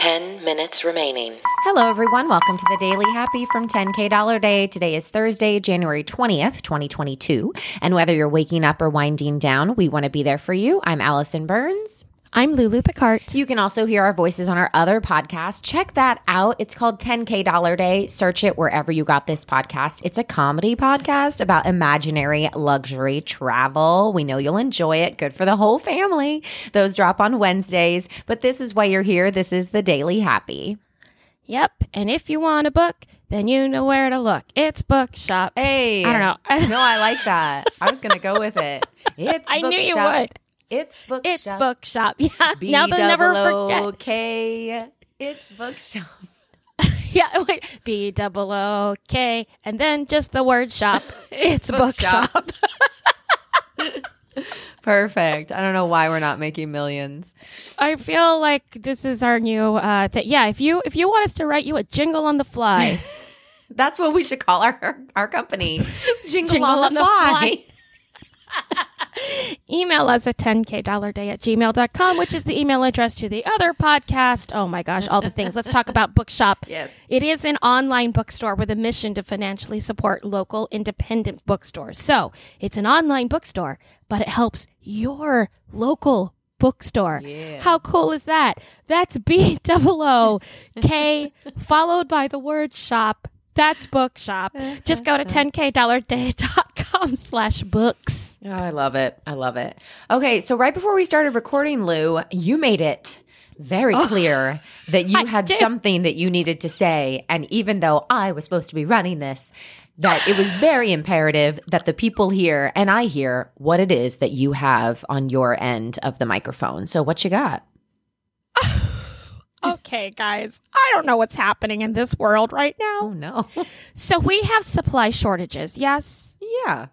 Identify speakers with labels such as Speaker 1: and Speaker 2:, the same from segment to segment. Speaker 1: 10 minutes remaining.
Speaker 2: Hello, everyone. Welcome to the Daily Happy from 10K Dollar Day. Today is Thursday, January 20th, 2022. And whether you're waking up or winding down, we want to be there for you. I'm Allison Burns.
Speaker 3: I'm Lulu Picard.
Speaker 2: You can also hear our voices on our other podcast. Check that out. It's called 10K Dollar Day. Search it wherever you got this podcast. It's a comedy podcast about imaginary luxury travel. We know you'll enjoy it. Good for the whole family. Those drop on Wednesdays. But this is why you're here. This is the Daily Happy.
Speaker 3: Yep. And if you want a book, then you know where to look. It's bookshop.
Speaker 2: Hey.
Speaker 3: I don't know.
Speaker 2: no, I like that. I was going to go with it. It's
Speaker 3: I knew you
Speaker 2: bookshop.
Speaker 3: would.
Speaker 2: It's bookshop.
Speaker 3: It's bookshop. Yeah. now they'll never forget.
Speaker 2: Okay. It's bookshop.
Speaker 3: Yeah. Wait. B double O K. And then just the word shop. it's bookshop.
Speaker 2: Perfect. I don't know why we're not making millions.
Speaker 3: I feel like this is our new uh thing. Yeah. If you if you want us to write you a jingle on the fly,
Speaker 2: That's what we should call our our company. Jingle,
Speaker 3: Jingle
Speaker 2: on,
Speaker 3: on
Speaker 2: the,
Speaker 3: the
Speaker 2: fly.
Speaker 3: email us at 10kdollarday at gmail.com, which is the email address to the other podcast. Oh my gosh, all the things. Let's talk about Bookshop.
Speaker 2: Yes.
Speaker 3: It is an online bookstore with a mission to financially support local independent bookstores. So it's an online bookstore, but it helps your local bookstore. How cool is that? That's B double O K followed by the word shop. That's bookshop. Just go to 10kdollarday.com slash books.
Speaker 2: Oh, I love it. I love it. Okay, so right before we started recording, Lou, you made it very clear that you had
Speaker 3: Oh, did.
Speaker 2: something that you needed to say. And even though I was supposed to be running this, that it was very imperative that the people hear and I hear what it is that you have on your end of the microphone. So, what you got?
Speaker 3: Okay, guys, I don't know what's happening in this world right now.
Speaker 2: Oh, no.
Speaker 3: So we have supply shortages, yes?
Speaker 2: yeah.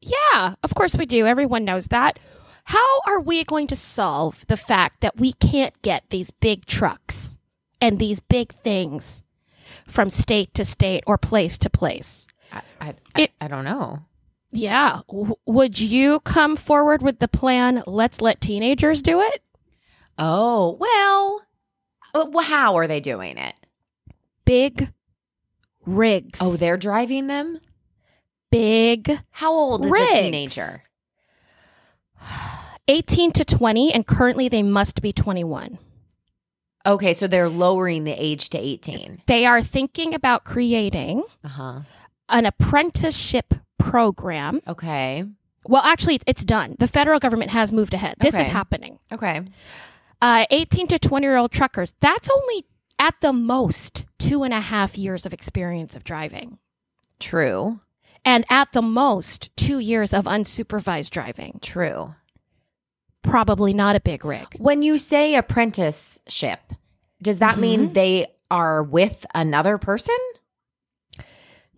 Speaker 3: Yeah, of course we do. Everyone knows that. How are we going to solve the fact that we can't get these big trucks and these big things from state to state or place to place?
Speaker 2: I, I, I,
Speaker 3: It-
Speaker 2: I don't know.
Speaker 3: Yeah. W- would you come forward with the plan, let's let teenagers do it?
Speaker 2: Oh, well, uh, well, how are they doing it?
Speaker 3: Big rigs.
Speaker 2: Oh, they're driving them?
Speaker 3: big
Speaker 2: How old is a
Speaker 3: Rigs.
Speaker 2: teenager?
Speaker 3: 18 to 20, and currently they must be 21.
Speaker 2: Okay, so they're lowering the age to 18.
Speaker 3: They are thinking about creating
Speaker 2: Uh-huh.
Speaker 3: an apprenticeship program.
Speaker 2: Okay.
Speaker 3: Well, actually, it's- it's done. The federal government has moved ahead. This is
Speaker 2: Okay.
Speaker 3: happening.
Speaker 2: Okay.
Speaker 3: Uh, 18 to 20 year old truckers, that's only at the most two and a half years of experience of driving,
Speaker 2: True.
Speaker 3: and at the most two years of unsupervised driving.
Speaker 2: True.
Speaker 3: Probably not a big rig.
Speaker 2: When you say apprenticeship, does
Speaker 3: Mm-hmm.
Speaker 2: that mean they are with another person?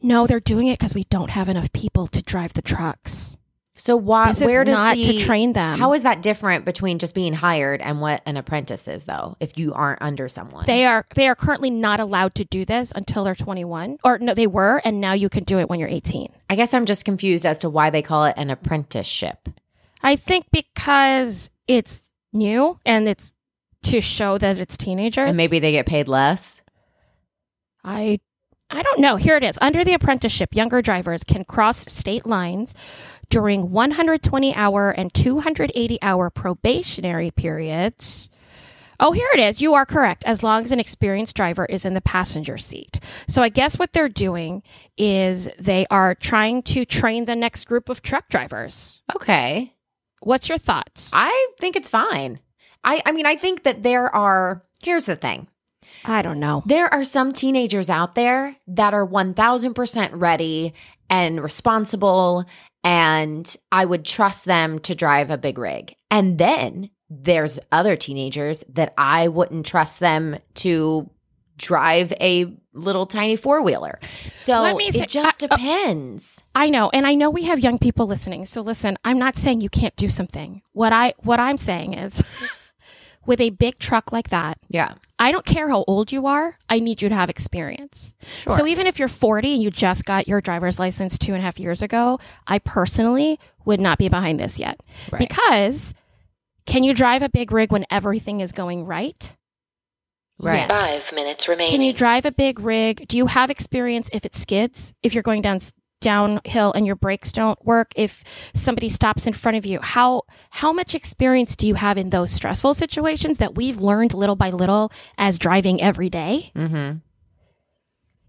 Speaker 3: No, they're doing it because we don't have enough people to drive the trucks.
Speaker 2: So why
Speaker 3: This is
Speaker 2: where does
Speaker 3: not to
Speaker 2: the-
Speaker 3: train them.
Speaker 2: How is that different between just being hired and what an apprentice is though, if you aren't under someone?
Speaker 3: They are they are currently not allowed to do this until they're 21 or no they were and now you can do it when you're 18.
Speaker 2: I guess I'm just confused as to why they call it an apprenticeship.
Speaker 3: I think because it's new and it's to show that it's teenagers.
Speaker 2: And maybe they get paid less.
Speaker 3: I I don't know. Here it is. Under the apprenticeship, younger drivers can cross state lines during 120 hour and 280 hour probationary periods. Oh, here it is. You are correct. As long as an experienced driver is in the passenger seat. So I guess what they're doing is they are trying to train the next group of truck drivers.
Speaker 2: Okay.
Speaker 3: What's your thoughts?
Speaker 2: I think it's fine. I I mean I think that there are here's the thing.
Speaker 3: I don't know.
Speaker 2: There are some teenagers out there that are 1000% ready and responsible, and I would trust them to drive a big rig. And then there's other teenagers that I wouldn't trust them to drive a little tiny four wheeler. So
Speaker 3: Let me say-
Speaker 2: it just
Speaker 3: I- uh,
Speaker 2: depends.
Speaker 3: I know, and I know we have young people listening. So listen, I'm not saying you can't do something. What I what I'm saying is with a big truck like that,
Speaker 2: yeah.
Speaker 3: I don't care how old you are, I need you to have experience. So even if you're 40 and you just got your driver's license two and a half years ago, I personally would not be behind this yet.
Speaker 2: Right.
Speaker 3: Because can you drive a big rig when everything is going right?
Speaker 2: Right.
Speaker 3: Yes.
Speaker 1: Five minutes remaining.
Speaker 3: Can you drive a big rig? Do you have experience if it skids? If you're going down downhill and your brakes don't work, if somebody stops in front of you, how how much experience do you have in those stressful situations that we've learned little by little as driving every day?
Speaker 2: Mm-hmm.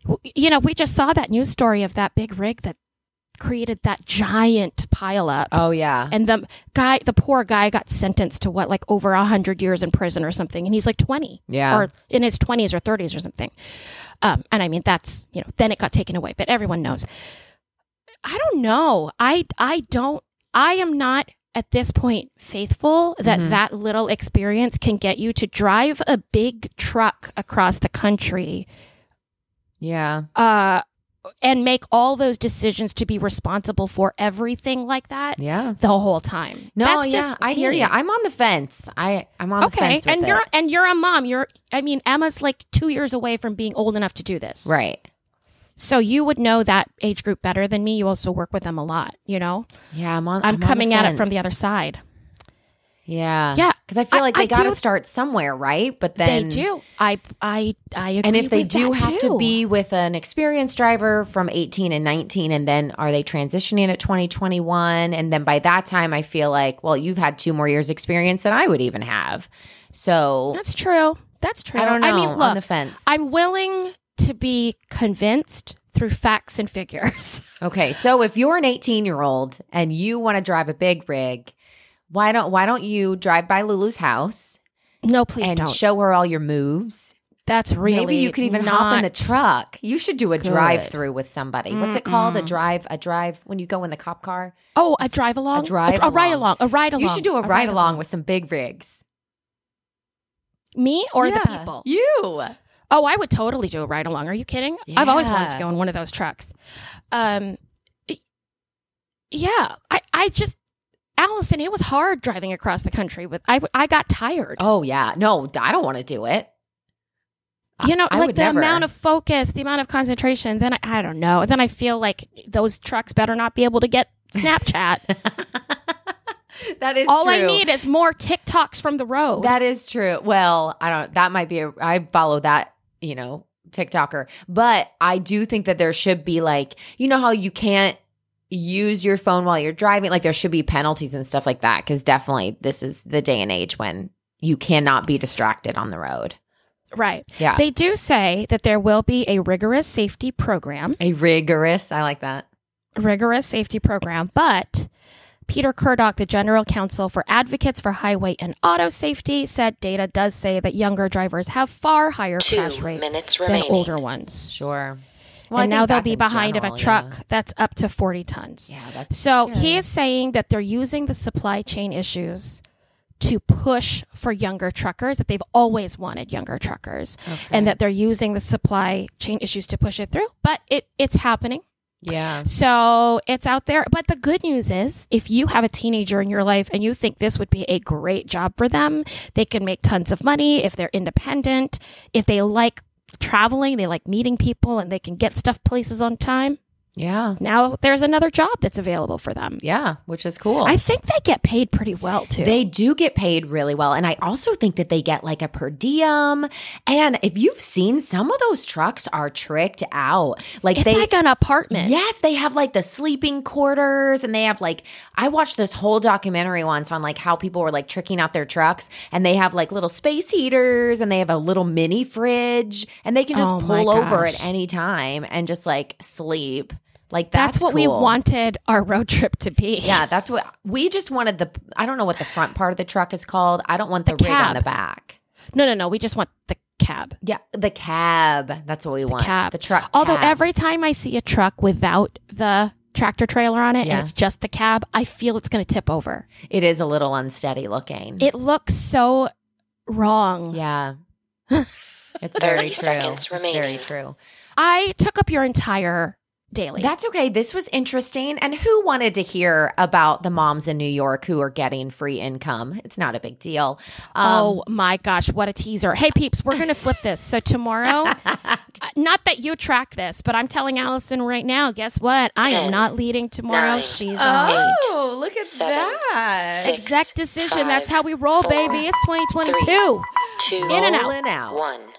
Speaker 3: W- You know, we just saw that news story of that big rig that created that giant pileup.
Speaker 2: Oh yeah.
Speaker 3: And the guy, the poor guy, got sentenced to what, like over a hundred years in prison or something, and he's like twenty
Speaker 2: yeah.
Speaker 3: or in his 20s or 30s or something. Um, and I mean, that's, you know, then it got taken away, but everyone knows. I don't know. I, I don't, I am not at this point faithful that
Speaker 2: Mhm.
Speaker 3: that little experience can get you to drive a big truck across the country
Speaker 2: yeah.
Speaker 3: uh, and make all those decisions to be responsible for everything like that
Speaker 2: Yeah.
Speaker 3: the whole time.
Speaker 2: No,
Speaker 3: That's
Speaker 2: yeah,
Speaker 3: just
Speaker 2: I hear
Speaker 3: me.
Speaker 2: you. I'm on the fence. I I'm on the
Speaker 3: okay,
Speaker 2: fence. with
Speaker 3: and
Speaker 2: it.
Speaker 3: you're and you're a mom. You're I mean Emma's like 2 years away from being old enough to do this.
Speaker 2: right.
Speaker 3: So you would know that age group better than me. You also work with them a lot, you know?
Speaker 2: Yeah, I'm on.
Speaker 3: I'm,
Speaker 2: on the
Speaker 3: coming at it from the
Speaker 2: fence.
Speaker 3: other side.
Speaker 2: Yeah,
Speaker 3: Yeah,
Speaker 2: Because I feel
Speaker 3: I-
Speaker 2: like they
Speaker 3: I
Speaker 2: got to
Speaker 3: do-
Speaker 2: start somewhere, right? But then
Speaker 3: they do. I I I agree.
Speaker 2: And if they
Speaker 3: with
Speaker 2: do
Speaker 3: that,
Speaker 2: have to
Speaker 3: too.
Speaker 2: be with an experienced driver from 18 and 19, and then are they transitioning at 2021? And then by that time, I feel like, well, you've had two more years experience than I would even have. So
Speaker 3: That's true. That's true.
Speaker 2: I don't know.
Speaker 3: I mean, look,
Speaker 2: on the fence.
Speaker 3: I'm willing to be convinced through facts and figures.
Speaker 2: okay, so if you're an 18 year old and you want to drive a big rig, why don't why don't you drive by Lulu's house
Speaker 3: no, please
Speaker 2: and
Speaker 3: don't.
Speaker 2: show her all your moves?
Speaker 3: That's really
Speaker 2: Maybe you could even hop in the
Speaker 3: not-
Speaker 2: truck. You should do a
Speaker 3: good.
Speaker 2: drive through with somebody. What's it called? A
Speaker 3: Mm-mm.
Speaker 2: drive a drive when you go in the cop car.
Speaker 3: Oh, a drive along,
Speaker 2: drive
Speaker 3: a, ride along, a ride along.
Speaker 2: You should do a ride along with some big rigs.
Speaker 3: me or the
Speaker 2: Yeah,
Speaker 3: people.
Speaker 2: You.
Speaker 3: Oh, I would totally do a ride along. Are you kidding? I've always wanted
Speaker 2: Yeah.
Speaker 3: to go in one of those trucks. Um, y- yeah, I, I just, Allison, it was hard driving across the country with, I, w- I got tired.
Speaker 2: Oh yeah. No, I don't want to do it. I-
Speaker 3: you know,
Speaker 2: I
Speaker 3: like
Speaker 2: would
Speaker 3: the
Speaker 2: never.
Speaker 3: amount of focus, the amount of concentration. Then I, I don't know. Then I feel like those trucks better not be able to get Snapchat.
Speaker 2: that is
Speaker 3: All
Speaker 2: true.
Speaker 3: I need is more TikToks from the road.
Speaker 2: That is true. Well, I don't. That might be. A, I follow that. You know, TikToker. But I do think that there should be like, you know, how you can't use your phone while you're driving. Like there should be penalties and stuff like that. Because definitely, this is the day and age when you cannot be distracted on the road.
Speaker 3: right.
Speaker 2: Yeah.
Speaker 3: They do say that there will be a rigorous safety program.
Speaker 2: A rigorous. I like that.
Speaker 3: rigorous safety program, but Peter Kurdock, the general counsel for Advocates for Highway and Auto Safety, said data does say that younger drivers have far higher
Speaker 1: Two
Speaker 3: crash rates
Speaker 1: minutes
Speaker 3: than
Speaker 1: remaining.
Speaker 3: older ones.
Speaker 2: Sure. I
Speaker 3: and
Speaker 2: think
Speaker 3: now they'll
Speaker 2: back
Speaker 3: be
Speaker 2: in
Speaker 3: behind
Speaker 2: general,
Speaker 3: of a
Speaker 2: yeah.
Speaker 3: truck that's up to 40 tons.
Speaker 2: Yeah, that's
Speaker 3: So
Speaker 2: scary.
Speaker 3: he is saying that they're using the supply chain issues to push for younger truckers that they've always wanted younger truckers and that they're using the supply chain issues to push it through but it, it's happening
Speaker 2: yeah.
Speaker 3: so it's out there. But the good news is, if you have a teenager in your life and you think this would be a great job for them, they can make tons of money if they're independent, if they like traveling, they like meeting people, and they can get stuff places on time.
Speaker 2: Yeah.
Speaker 3: Now there's another job that's available for them.
Speaker 2: Yeah, which is cool.
Speaker 3: I think they get paid pretty well too.
Speaker 2: they do get paid really well. And I also think that they get like a per diem. And if you've seen, some of those trucks are tricked out. Like
Speaker 3: it's
Speaker 2: they
Speaker 3: like an apartment.
Speaker 2: Yes, they have like the sleeping quarters and they have like I watched this whole documentary once on like how people were like tricking out their trucks and they have like little space heaters and they have a little mini fridge and they can just
Speaker 3: Oh my
Speaker 2: pull over at
Speaker 3: gosh.
Speaker 2: any time and just like sleep. Like
Speaker 3: that's,
Speaker 2: that's,
Speaker 3: what we
Speaker 2: cool.
Speaker 3: wanted our road trip to be.
Speaker 2: Yeah, that's what we just wanted the I don't know what the front part of the truck is called. I don't want the,
Speaker 3: The
Speaker 2: rig on
Speaker 3: cab.
Speaker 2: the back.
Speaker 3: No, no, no. We just want the cab.
Speaker 2: Yeah, the cab. That's what we want.
Speaker 3: cab.
Speaker 2: The truck.
Speaker 3: Although
Speaker 2: cab.
Speaker 3: every time I see a truck without the tractor trailer on it
Speaker 2: Yeah.
Speaker 3: and it's just the cab, I feel it's going to tip over.
Speaker 2: it is a little unsteady looking.
Speaker 3: It looks so wrong.
Speaker 2: yeah.
Speaker 1: 30
Speaker 2: It's very true.
Speaker 1: seconds
Speaker 2: It's very
Speaker 1: remaining.
Speaker 2: true.
Speaker 3: I took up your entire daily.
Speaker 2: That's okay. This was interesting. And who wanted to hear about the moms in New York who are getting free income? It's not a big deal. Um,
Speaker 3: oh my gosh, what a teaser. Hey peeps, we're going to flip this. So tomorrow, uh, not that you track this, but I'm telling Allison right now, guess what? I am
Speaker 1: Ten,
Speaker 3: not leading tomorrow.
Speaker 1: nine,
Speaker 3: She's on
Speaker 1: eight,
Speaker 2: Oh, look at
Speaker 1: seven,
Speaker 2: that.
Speaker 1: six,
Speaker 3: exact decision. That's
Speaker 1: five,
Speaker 3: how we roll,
Speaker 1: four,
Speaker 3: baby. It's 2022.
Speaker 1: Two.
Speaker 3: In and out.
Speaker 2: Rolling out.
Speaker 1: One.